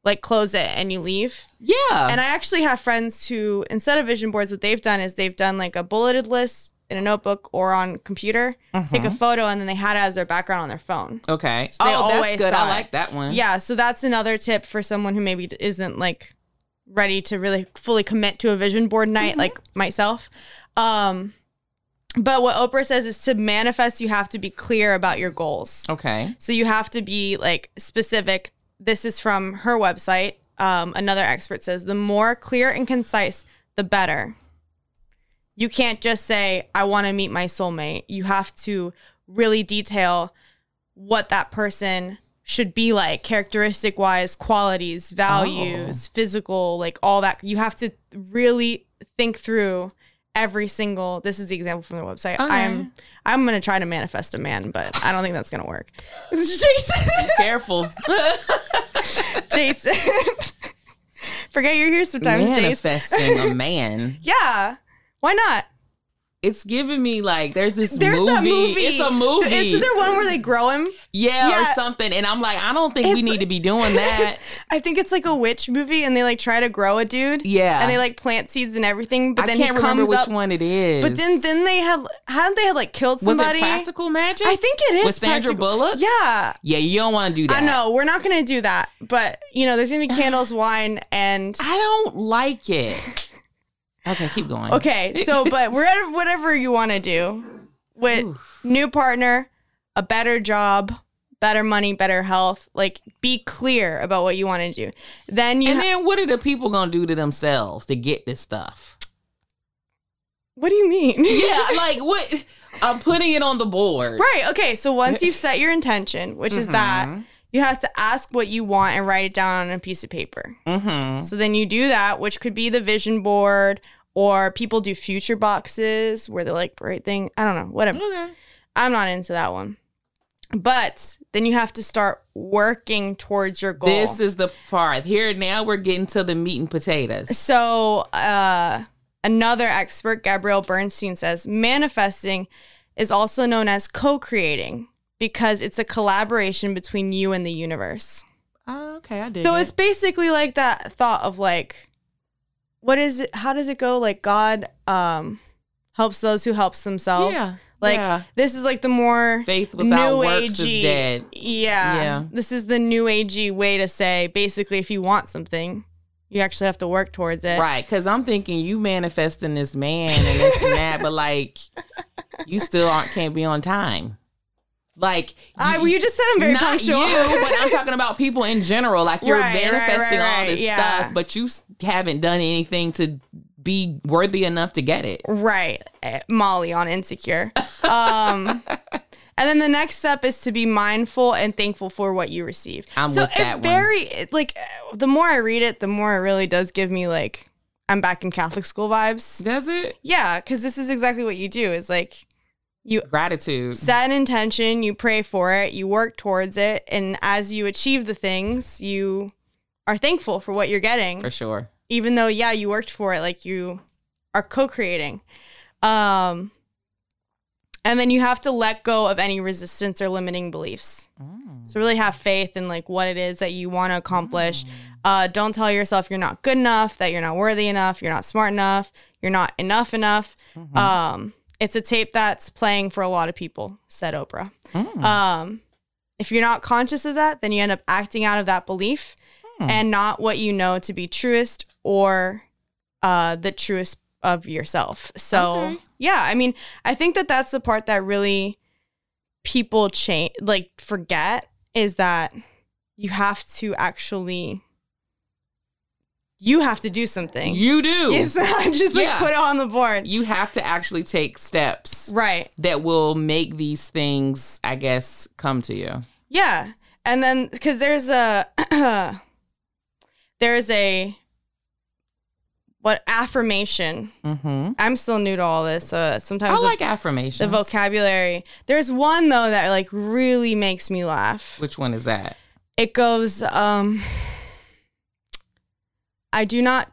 S2: like close it and you leave.
S3: Yeah.
S2: And I actually have friends who, instead of vision boards, what they've done is they've done like a bulleted list in a notebook or on computer, take a photo, and then they had it as their background on their phone.
S3: okay.
S2: they
S3: oh, that's
S2: always
S3: good.
S2: saw
S3: I
S2: it.
S3: like that one.
S2: Yeah, so that's another tip for someone who maybe d- isn't like ready to really fully commit to a vision board night, like myself. Um, but what Oprah says is to manifest, you have to be clear about your goals.
S3: Okay.
S2: So you have to be like specific. This is from her website. Um, another expert says the more clear and concise, the better. You can't just say, I want to meet my soulmate. You have to really detail what that person should be like, characteristic wise, qualities, values, physical, like all that. You have to really think through every single this is the example from the website. I'm I'm gonna try to manifest a man, but I don't think that's gonna work. Jason
S3: Careful.
S2: Jason Forget you're here sometimes, Jason.
S3: Manifesting a man.
S2: Yeah. Why not?
S3: It's giving me like there's this
S2: There's
S3: movie.
S2: that movie.
S3: It's a movie.
S2: Isn't there one where they grow him?
S3: yeah,
S2: Yeah.
S3: or something. And I'm like, I don't think we
S2: It's-
S3: need to be doing that.
S2: I think it's like a witch movie, and they like try to grow a dude.
S3: Yeah.
S2: and they like plant seeds and everything, but
S3: I
S2: then
S3: can't
S2: he
S3: remember
S2: comes
S3: which
S2: up.
S3: one it is.
S2: But then, then they had hadn't they had like killed
S3: was
S2: somebody?
S3: it practical magic?
S2: I think it is
S3: with Sandra
S2: practical.
S3: Bullock.
S2: Yeah,
S3: yeah. You don't want to do that.
S2: I know we're not gonna do that, but you know, there's gonna be candles, wine, and
S3: I don't like it. Okay, keep going.
S2: okay. So, but we're at whatever you want to do with new partner, a better job, better money, better health. Like, be clear about what you want to do. Then you
S3: And
S2: ha-
S3: then what are the people gonna do to themselves to get this stuff?
S2: what do you mean?
S3: Yeah, like what? I'm putting it on the board.
S2: Right. Okay. So once you've set your intention, which is
S3: Mm-hmm.
S2: that you have to ask what you want and write it down on a piece of paper.
S3: Mm-hmm.
S2: So then you do that, which could be the vision board or people do future boxes where they like write thing. I don't know. Whatever.
S3: Okay.
S2: I'm not into that one. But then you have to start working towards your goal.
S3: This is the part. Here now we're getting to the meat and potatoes.
S2: So, uh, another expert, Gabrielle Bernstein, says manifesting is also known as co creating because it's a collaboration between you and the universe.
S3: Oh, okay, I did.
S2: So, it's basically like that thought of like, what is it? How does it go? Like, God um, helps those who helps themselves.
S3: Yeah,
S2: Like,
S3: yeah.
S2: this is like the more
S3: faith without
S2: new
S3: works
S2: agey.
S3: is dead.
S2: Yeah.
S3: Yeah.
S2: This is the new agey way to say basically if you want something, you actually have to work towards it.
S3: Right, because I'm thinking you manifesting this man and this and that, but like you still aren't, can't be on time. Like
S2: I, well, you just said I'm very
S3: not
S2: punctual.
S3: you, but I'm talking about people in general. Like you're
S2: Right, right,
S3: manifesting
S2: right,
S3: all
S2: right,
S3: this
S2: yeah.
S3: stuff, but you s- haven't done anything to be worthy enough to get it.
S2: right. Eh, Molly on Insecure. Um, and then the next step is to be mindful and thankful for what you receive.
S3: I'm
S2: so
S3: with
S2: it
S3: that one.
S2: very, it, like, eh, the more I read it, the more it really does give me, like, I'm back in Catholic school vibes.
S3: Does it?
S2: Yeah, because this is exactly what you do is like,
S3: Gratitude.
S2: set an intention, you pray for it, you work towards it, and as you achieve the things, you are thankful for what you're getting.
S3: For sure.
S2: Even though, yeah, you worked for it, like you are co-creating. Um and then you have to let go of any resistance or limiting beliefs. So really have faith in like what it is that you want to accomplish. Uh, don't tell yourself you're not good enough, that you're not worthy enough, you're not smart enough, you're not enough enough.
S3: Mm-hmm.
S2: Um, it's a tape that's playing for a lot of people, said Oprah.
S3: Mm.
S2: Um, if you're not conscious of that, then you end up acting out of that belief
S3: Hmm.
S2: and not what you know to be truest or uh, the truest of yourself. So,
S3: Okay.
S2: yeah, I mean, I think that that's the part that really people change, like, forget is that you have to actually. You have to do something.
S3: You do.
S2: It's not just like
S3: Yeah.
S2: put it on the board.
S3: You have to actually take steps
S2: Right.
S3: that will make these things, I guess, come to you.
S2: Yeah. And then cuz there's a there's a what affirmation.
S3: Mm-hmm.
S2: I'm still new to all this. So sometimes
S3: I
S2: the,
S3: like
S2: the
S3: affirmations.
S2: vocabulary. There's one though that like really makes me laugh.
S3: Which one is that?
S2: It goes um I do not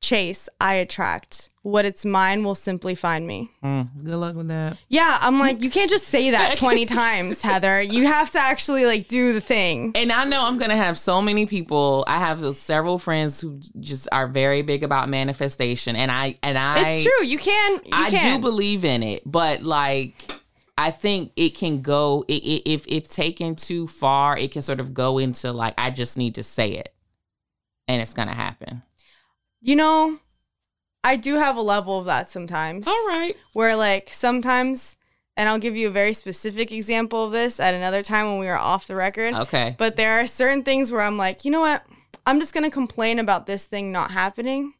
S2: chase, I attract. What it's mine will simply find me.
S3: Mm, good luck with that.
S2: Yeah, I'm
S3: Mm.
S2: like, you can't just say that 20 times, Heather. You have to actually like do the thing.
S3: And I know I'm going to have so many people. I have several friends who just are very big about manifestation and I and I
S2: It's true. You can. You
S3: I
S2: can.
S3: do believe in it, but like I think it can go i- i- if if taken too far, it can sort of go into like I just need to say it, and it's gonna happen.
S2: You know, I do have a level of that sometimes.
S3: right.
S2: Where like sometimes, and I'll give you a very specific example of this at another time when we were off the record.
S3: Okay.
S2: But there are certain things where I'm like, you know what? I'm just gonna complain about this thing not happening,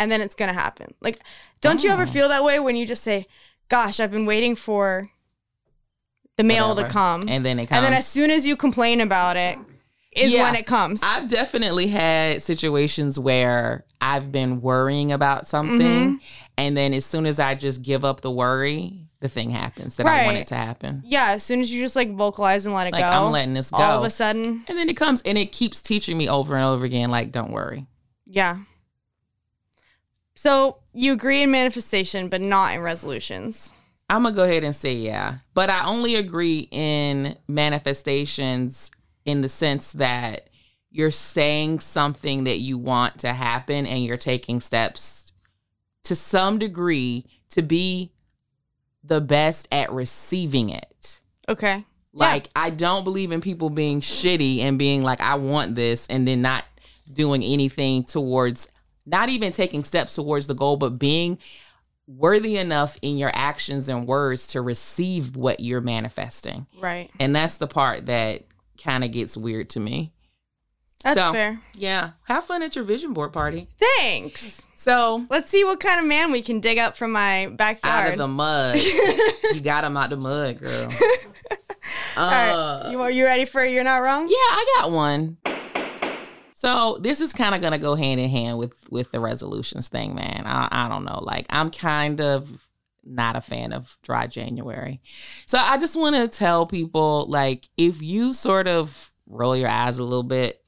S2: and then it's gonna happen. Like, don't you ever
S3: Oh.
S2: feel that way when you just say, "Gosh, I've been waiting for the mail
S3: Whatever.
S2: to come," and,
S3: And then it comes.
S2: then as soon as you complain about it, is
S3: Yeah.
S2: when it comes.
S3: I've definitely had situations where I've been worrying about something,
S2: Mm-hmm.
S3: and then as soon as I just give up the worry, the thing happens that I
S2: Right.
S3: want it to happen.
S2: yeah, as soon as you just like vocalize and let it
S3: Like
S2: go,
S3: I'm letting this go,
S2: all of a sudden,
S3: and then it comes and it keeps teaching me over and over again. Like, don't worry.
S2: yeah. So you agree in manifestation, but not in resolutions.
S3: I'm gonna go ahead and say yeah, but I only agree in manifestations in the sense that you're saying something that you want to happen and you're taking steps to some degree to be the best at receiving it.
S2: Okay. Yeah.
S3: Like I don't believe in people being shitty and being like I want this and then not doing anything towards not even taking steps towards the goal but being worthy enough in your actions and words to receive what you're manifesting.
S2: Right.
S3: And that's the part that kind of gets weird to me.
S2: That's
S3: So-
S2: fair.
S3: Yeah. Have fun at your vision board party.
S2: Thanks.
S3: So,
S2: Let's see what kind of man we can dig up from my
S3: out
S2: backyard.
S3: of the mud. you got him out the mud, girl.
S2: All
S3: Uh,
S2: right. you, are you ready for You're Not Wrong?
S3: Yeah, I got one. So this is kind of gonna go hand in hand with with the resolutions thing, man. I, I don't know. Like I'm kind of not a fan of dry January. So I just want to tell people like if you sort of roll your eyes a little bit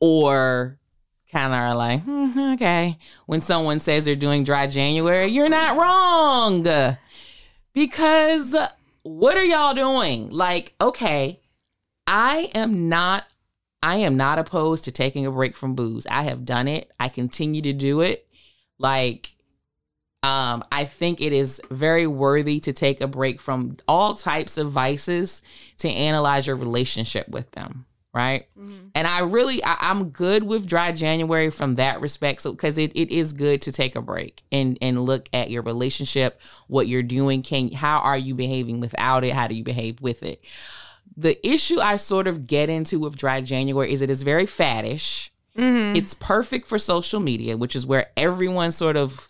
S3: or kind of are like, "Hmm, okay, when someone says they're doing dry January, you're not wrong. Because what are y'all doing? Like, okay, I am not I am not opposed to taking a break from booze. I have done it. I continue to do it. Like um I think it is very worthy to take a break from all types of vices to analyze your relationship with them, right?
S2: Mhm.
S3: And I really I, I'm good with dry January from that respect. So cause it, it is good to take a break and and look at your relationship, what you're doing, can how are you behaving without it? How do you behave with it? The issue I sort of get into with dry January is it is very faddish.
S2: Mhm.
S3: It's perfect for social media, which is where everyone sort of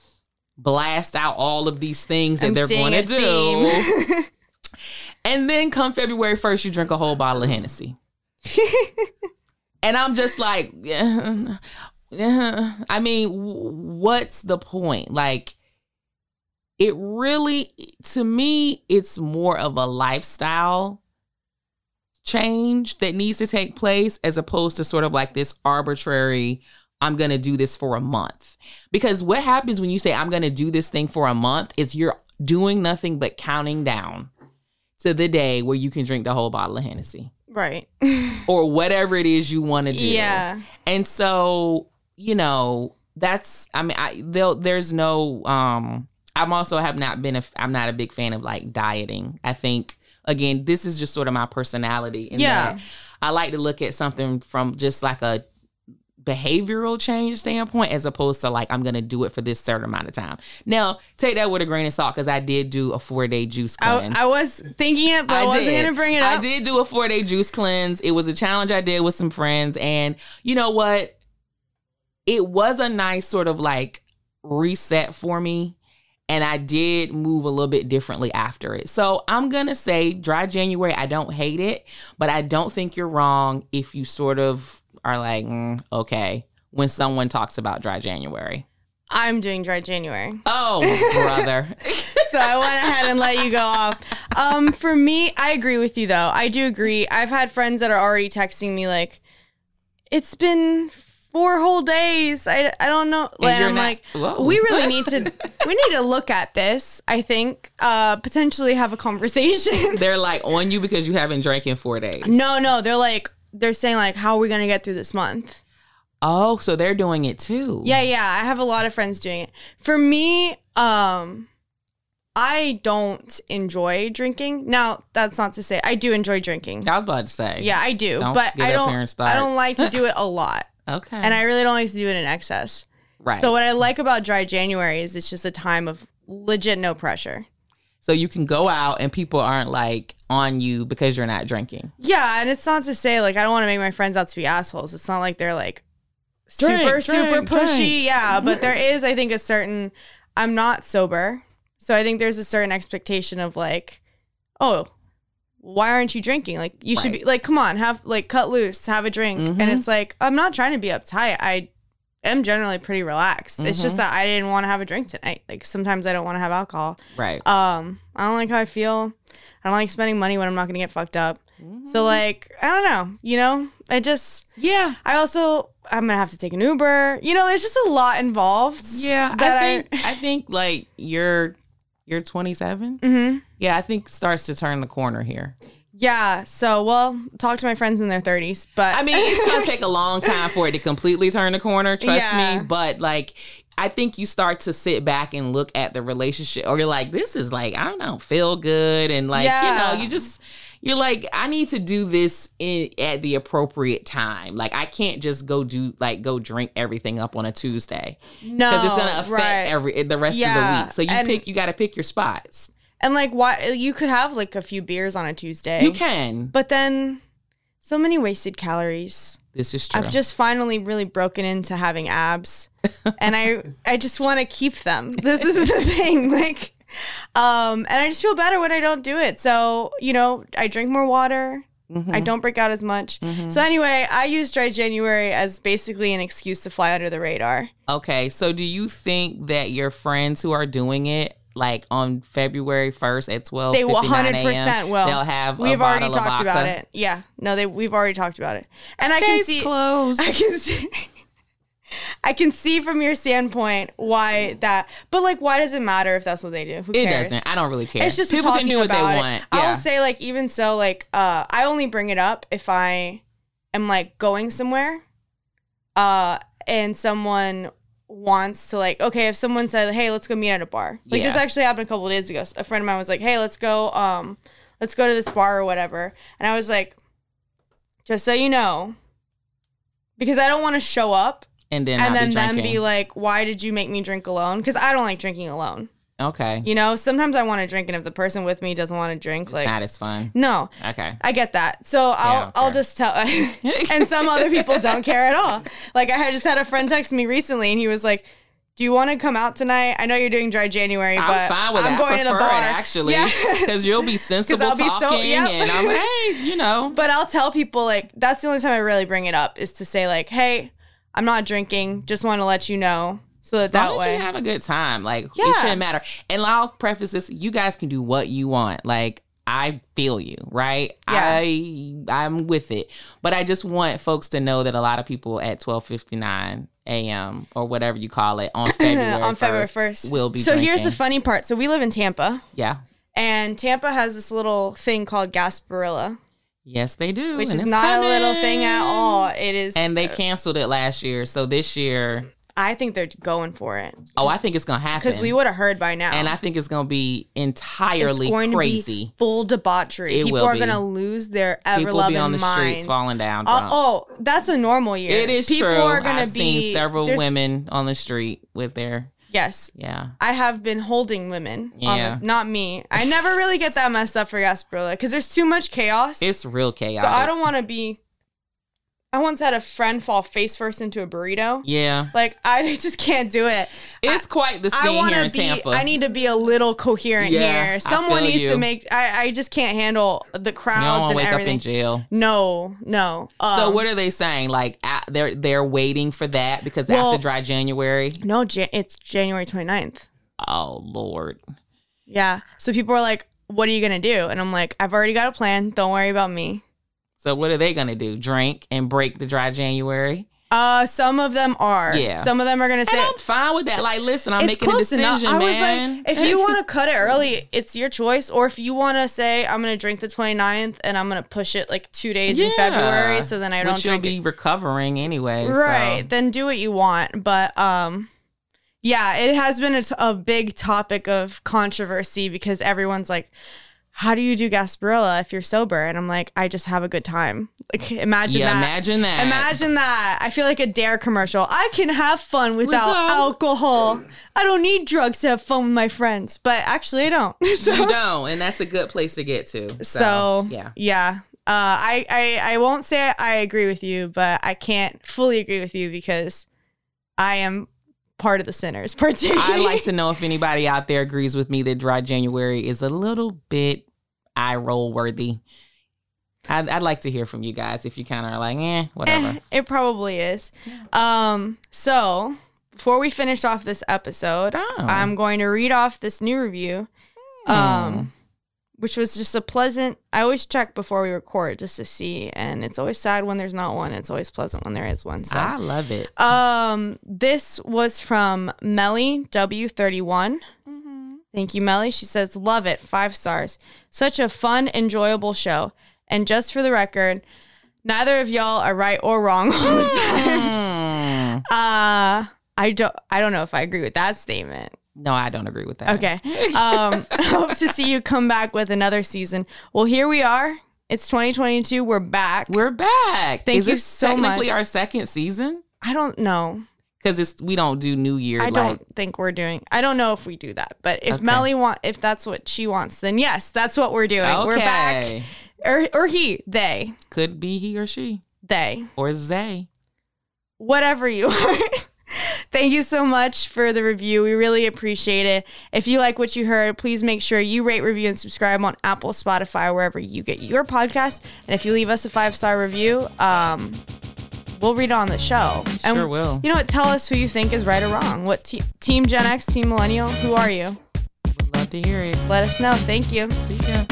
S3: blast out all of these things that
S2: I'm
S3: they're
S2: seeing
S3: going to
S2: a
S3: do.
S2: theme.
S3: And then come February 1st, you drink a whole bottle of Hennessy. and I'm just like, yeah, yeah. I mean, w- what's the point? Like, it really, to me, it's more of a lifestyle change that needs to take place as opposed to sort of like this arbitrary, I'm going to do this for a month. Because what happens when you say, I'm going to do this thing for a month is you're doing nothing but counting down to the day where you can drink the whole bottle of Hennessy
S2: right.
S3: or whatever it is you want to do.
S2: Yeah.
S3: And so, you know, that's I mean, I there there's no um I'm also have not been a f- I'm not a big fan of like dieting. I think again, this is just sort of my personality in
S2: Yeah.
S3: that I like to look at something from just like a behavioral change standpoint as opposed to like I'm gonna do it for this certain amount of time. Now, take that with a grain of salt because I did do a four day juice
S2: I,
S3: cleanse.
S2: I was thinking it, but I, wasn't
S3: did.
S2: going to bring it up.
S3: I did do a four day juice cleanse. It was a challenge I did with some friends. And you know what? It was a nice sort of like reset for me. And I did move a little bit differently after it. So I'm going to say dry January, I don't hate it, but I don't think you're wrong if you sort of are like, "Mm, okay, when someone talks about dry January.
S2: I'm doing dry January.
S3: Oh, brother.
S2: so I went ahead and let you go off. Um, for me, I agree with you though. I do agree. I've had friends that are already texting me like, "It's been four whole days. I, I don't know.
S3: And
S2: And
S3: you're
S2: I'm
S3: not-
S2: like,
S3: Whoa.
S2: we really need to we need to look at this. I think uh, potentially have a conversation.
S3: They're like on you because you haven't drank in four days.
S2: no, no, they're like they're saying like, how are we gonna get through this month?
S3: Oh, so they're doing it too.
S2: Yeah, yeah. I have a lot of friends doing it. For me, um, I don't enjoy drinking. Now that's not to say I do enjoy drinking.
S3: I was about to say.
S2: Yeah, I do,
S3: Don't
S2: but
S3: get
S2: I
S3: up
S2: don't.
S3: here and start.
S2: I don't like to do it a lot,
S3: Okay.
S2: and I really don't like to do it in excess.
S3: right.
S2: So
S3: So,
S2: what I like about dry January is it's just a time of legit no pressure.
S3: you can go out and people aren't like on you because you're not drinking.
S2: Yeah, and it's not to say like I don't want to make my friends out to be assholes. It's not like they're like
S3: Drink,
S2: super
S3: drink,
S2: super pushy.
S3: drink.
S2: Yeah, but there is I think a certain I'm not sober. So I think there's a certain expectation of like, oh, why aren't you drinking? Like you should be
S3: Right.
S2: like come on, have like cut loose, have a drink.
S3: Mhm.
S2: And it's like I'm not trying to be uptight. I am generally pretty relaxed. It's just that
S3: Mm-hmm.
S2: I didn't want to have a drink tonight. Like sometimes I don't want to have alcohol.
S3: Right.
S2: Um, I don't like how I feel. I don't like spending money when I'm not gonna get fucked up.
S3: Mm-hmm.
S2: So like, I don't know. You know, I just,
S3: yeah.
S2: I also, I'm gonna have to take an Uber. You know, there's just a lot involved.
S3: Yeah.
S2: that
S3: I think I, think like you're you're 27.
S2: Mhm.
S3: Yeah, I think starts to turn the corner here.
S2: Yeah. So, well, talk to my friends in their 30s, but
S3: I mean, it's gonna take a long time for it to completely turn the corner, trust
S2: Yeah.
S3: me. But like, I think you start to sit back and look at the relationship, or you're like, this is like, I don't feel good, and like,
S2: Yeah.
S3: you know, you just. You're like, I need to do this in, at the appropriate time. Like, I can't just go do like go drink everything up on a Tuesday
S2: no,
S3: because it's gonna affect
S2: Oh, right.
S3: every the rest of
S2: Yeah,
S3: the week. So you
S2: and-
S3: pick, you got to pick your spots.
S2: and like, why you could have like a few beers on a Tuesday,
S3: You can.
S2: but then so many wasted calories.
S3: This is true.
S2: I've just finally really broken into having abs, and I I just want to keep them. This is the thing, like, um, and I just feel better when I don't do it. So you know, I drink more water.
S3: Mm-hmm.
S2: I don't break out as much. So anyway, I use dry January as basically an excuse to fly under the radar.
S3: Okay, so do you think that your friends who are doing it, like on February first at twelve,
S2: They will hundred percent will.
S3: They'll have.
S2: We've
S3: a
S2: already
S3: bottle of
S2: talked about
S3: vodka.
S2: it. Yeah. No, they we've already talked about it, and I can
S3: Case
S2: see.
S3: closed.
S2: I can see. I can see from your standpoint why that, but like, why does it matter if that's what they do? Who
S3: It
S2: cares?
S3: doesn't. I don't really care.
S2: It's just
S3: people
S2: talking
S3: can do what
S2: about
S3: they
S2: it.
S3: want.
S2: I
S3: Yeah.
S2: will say, like, even so, like, uh, I only bring it up if I am like going somewhere, uh, and someone wants to like, okay, if someone said, hey, let's go meet at a bar. Like this
S3: Yeah.
S2: actually happened a couple of days ago. A friend of mine was like, hey, let's go, um, let's go to this bar or whatever, and I was like, just so you know. Because I don't want to show up
S3: and then
S2: and
S3: I'll
S2: then
S3: be
S2: them
S3: drinking.
S2: be like, "Why did you make me drink alone?" Because I don't like drinking alone.
S3: okay,
S2: You know, sometimes I want to drink, and if the person with me doesn't want to drink, like,
S3: that is fun.
S2: no,
S3: Okay,
S2: I get that. So I'll
S3: okay.
S2: I'll just tell. and some other people don't care at all. Like I had just had a friend text me recently, and he was like. Do you want to come out tonight? I know you're doing dry January,
S3: I'm
S2: but
S3: fine with
S2: I'm
S3: that.
S2: going
S3: I
S2: to
S3: prefer
S2: the bar.
S3: it actually
S2: Yeah.
S3: because you'll be sensible
S2: I'll be so-
S3: talking,
S2: yep.
S3: and I'm hey, you know,
S2: But I'll tell people like that's the only time I really bring it up is to say like, "Hey, I'm not drinking. Just want to let you know so that
S3: As
S2: that
S3: long as
S2: way."
S3: you have a good time. Like
S2: Yeah.
S3: it shouldn't matter. And I'll preface this: you guys can do what you want. Like I feel you, right?
S2: Yeah.
S3: I I'm with it, but I just want folks to know that a lot of people at twelve fifty nine a.m. or whatever you call it on February
S2: on February
S3: 1st,
S2: 1st.
S3: will be.
S2: So here's the
S3: drinking.
S2: funny part. So we live in Tampa,
S3: yeah.
S2: and Tampa has this little thing called Gasparilla,
S3: Yes, they do,
S2: which
S3: Oh, and
S2: is
S3: it's
S2: not a little thing at
S3: coming.
S2: all. It is.
S3: And they canceled it last year, so this year,
S2: I think they're going for it
S3: oh, I think it's gonna happen.
S2: because we would have heard by now.
S3: and I think it's gonna be entirely
S2: it's going
S3: crazy.
S2: to be full debauchery.
S3: It
S2: People
S3: will
S2: are
S3: be.
S2: going to lose their ever
S3: People
S2: loving
S3: be on the
S2: minds.
S3: streets falling down.
S2: Uh,
S3: drunk.
S2: oh, that's a normal year.
S3: It is
S2: People
S3: true.
S2: are going
S3: I've
S2: to be
S3: seen several
S2: there's-
S3: women on the street with their
S2: Yes.
S3: yeah.
S2: I have been holding women.
S3: Yeah.
S2: On the, not me. I never really get that messed up for Gasparilla because there's too much chaos.
S3: It's real
S2: So
S3: chaotic.
S2: I don't want to be. I once had a friend fall face first into a burrito.
S3: yeah,
S2: Like I just can't do it.
S3: it's quite the
S2: I
S3: scene
S2: want
S3: here
S2: to
S3: in
S2: be.
S3: Tampa.
S2: I need to be a little coherent
S3: Yeah, I
S2: here. Someone
S3: feel
S2: needs
S3: you.
S2: to make. I, I just can't handle the
S3: you don't
S2: crowds
S3: want to
S2: and
S3: wake up
S2: everything.
S3: in jail.
S2: no, no. Um,
S3: so what are they saying? Like a they're they're waiting for that because
S2: Well-
S3: after dry January,
S2: No, Jan- it's January 29th.
S3: oh lord,
S2: Yeah. So people are like, "What are you gonna do?" And I'm like, "I've already got a plan. Don't worry about me."
S3: So what are they gonna do? Drink and break the dry January?
S2: Uh, some of them are.
S3: Yeah.
S2: Some of them are gonna say
S3: And I'm fine with that. Like, listen, I'm making a decision,
S2: I was
S3: man.
S2: like, if you want to cut it early, it's your choice. Or if you want to say, I'm going to drink the 29th and I'm going to push it like two days in February so then I don't
S3: Which you'll
S2: drink
S3: be
S2: it.
S3: recovering anyway. so-
S2: Right. Then do what you want. But, um, yeah, it has been a, t- a big topic of controversy because everyone's like, how do you do Gasparilla if you're sober? And I'm like, I just have a good time. Like, imagine
S3: yeah,
S2: that.
S3: imagine that.
S2: Imagine that. I feel like a dare commercial. I can have fun without,
S3: Without-
S2: alcohol. I don't need drugs to have fun with my friends, but actually I don't. so,
S3: you don't, and that's a good place to get to. So,
S2: so,
S3: yeah.
S2: Yeah. Uh, I, I, I won't say I agree with you, but I can't fully agree with you because I am part of the sinners,
S3: I
S2: particularly.
S3: like to know if anybody out there agrees with me that dry January is a little bit eye roll worthy. I'd, I'd like to hear from you guys if you kind of are like, eh, whatever.
S2: Eh, it probably is. Um, so before we finish off this episode,
S3: Oh.
S2: I'm going to read off this new review.
S3: hmm,
S2: Um, which was just a pleasant. I always check before we record just to see, and it's always sad when there's not one. It's always pleasant when there is one. So,
S3: I love it.
S2: um, this was from Melly W31. Thank you, Melly. She says, Love it. Five stars. Such a fun, enjoyable show. And just for the record, neither of y'all are right or wrong all the time.
S3: Mm.
S2: Uh, I don't I don't know if I agree with that statement.
S3: No, I don't agree with that.
S2: Okay. Um, hope to see you come back with another season. Well, here we are. It's 2022. We're back.
S3: We're back.
S2: Thank
S3: Is
S2: you
S3: this
S2: so
S3: technically
S2: much.
S3: our second season
S2: I don't know.
S3: because it's we don't do New Year.
S2: I
S3: like,
S2: don't think we're doing. I don't know if we do that. But if
S3: Okay.
S2: Melly want, if that's what she wants, then yes, that's what we're doing.
S3: Okay.
S2: We're back. Or or he, they,
S3: Could be he or she
S2: they,
S3: or Zay.
S2: whatever you are. Thank you so much for the review. We really appreciate it. If you like what you heard, please make sure you rate, review, and subscribe on Apple, Spotify, wherever you get your podcast. And if you leave us a five star review, um, we'll read it on the show. And
S3: Sure will.
S2: You know what? Tell us who you think is right or wrong. What te- team Gen X, team Millennial? Who are you?
S3: Would love to hear it.
S2: Let us know. Thank you.
S3: See ya.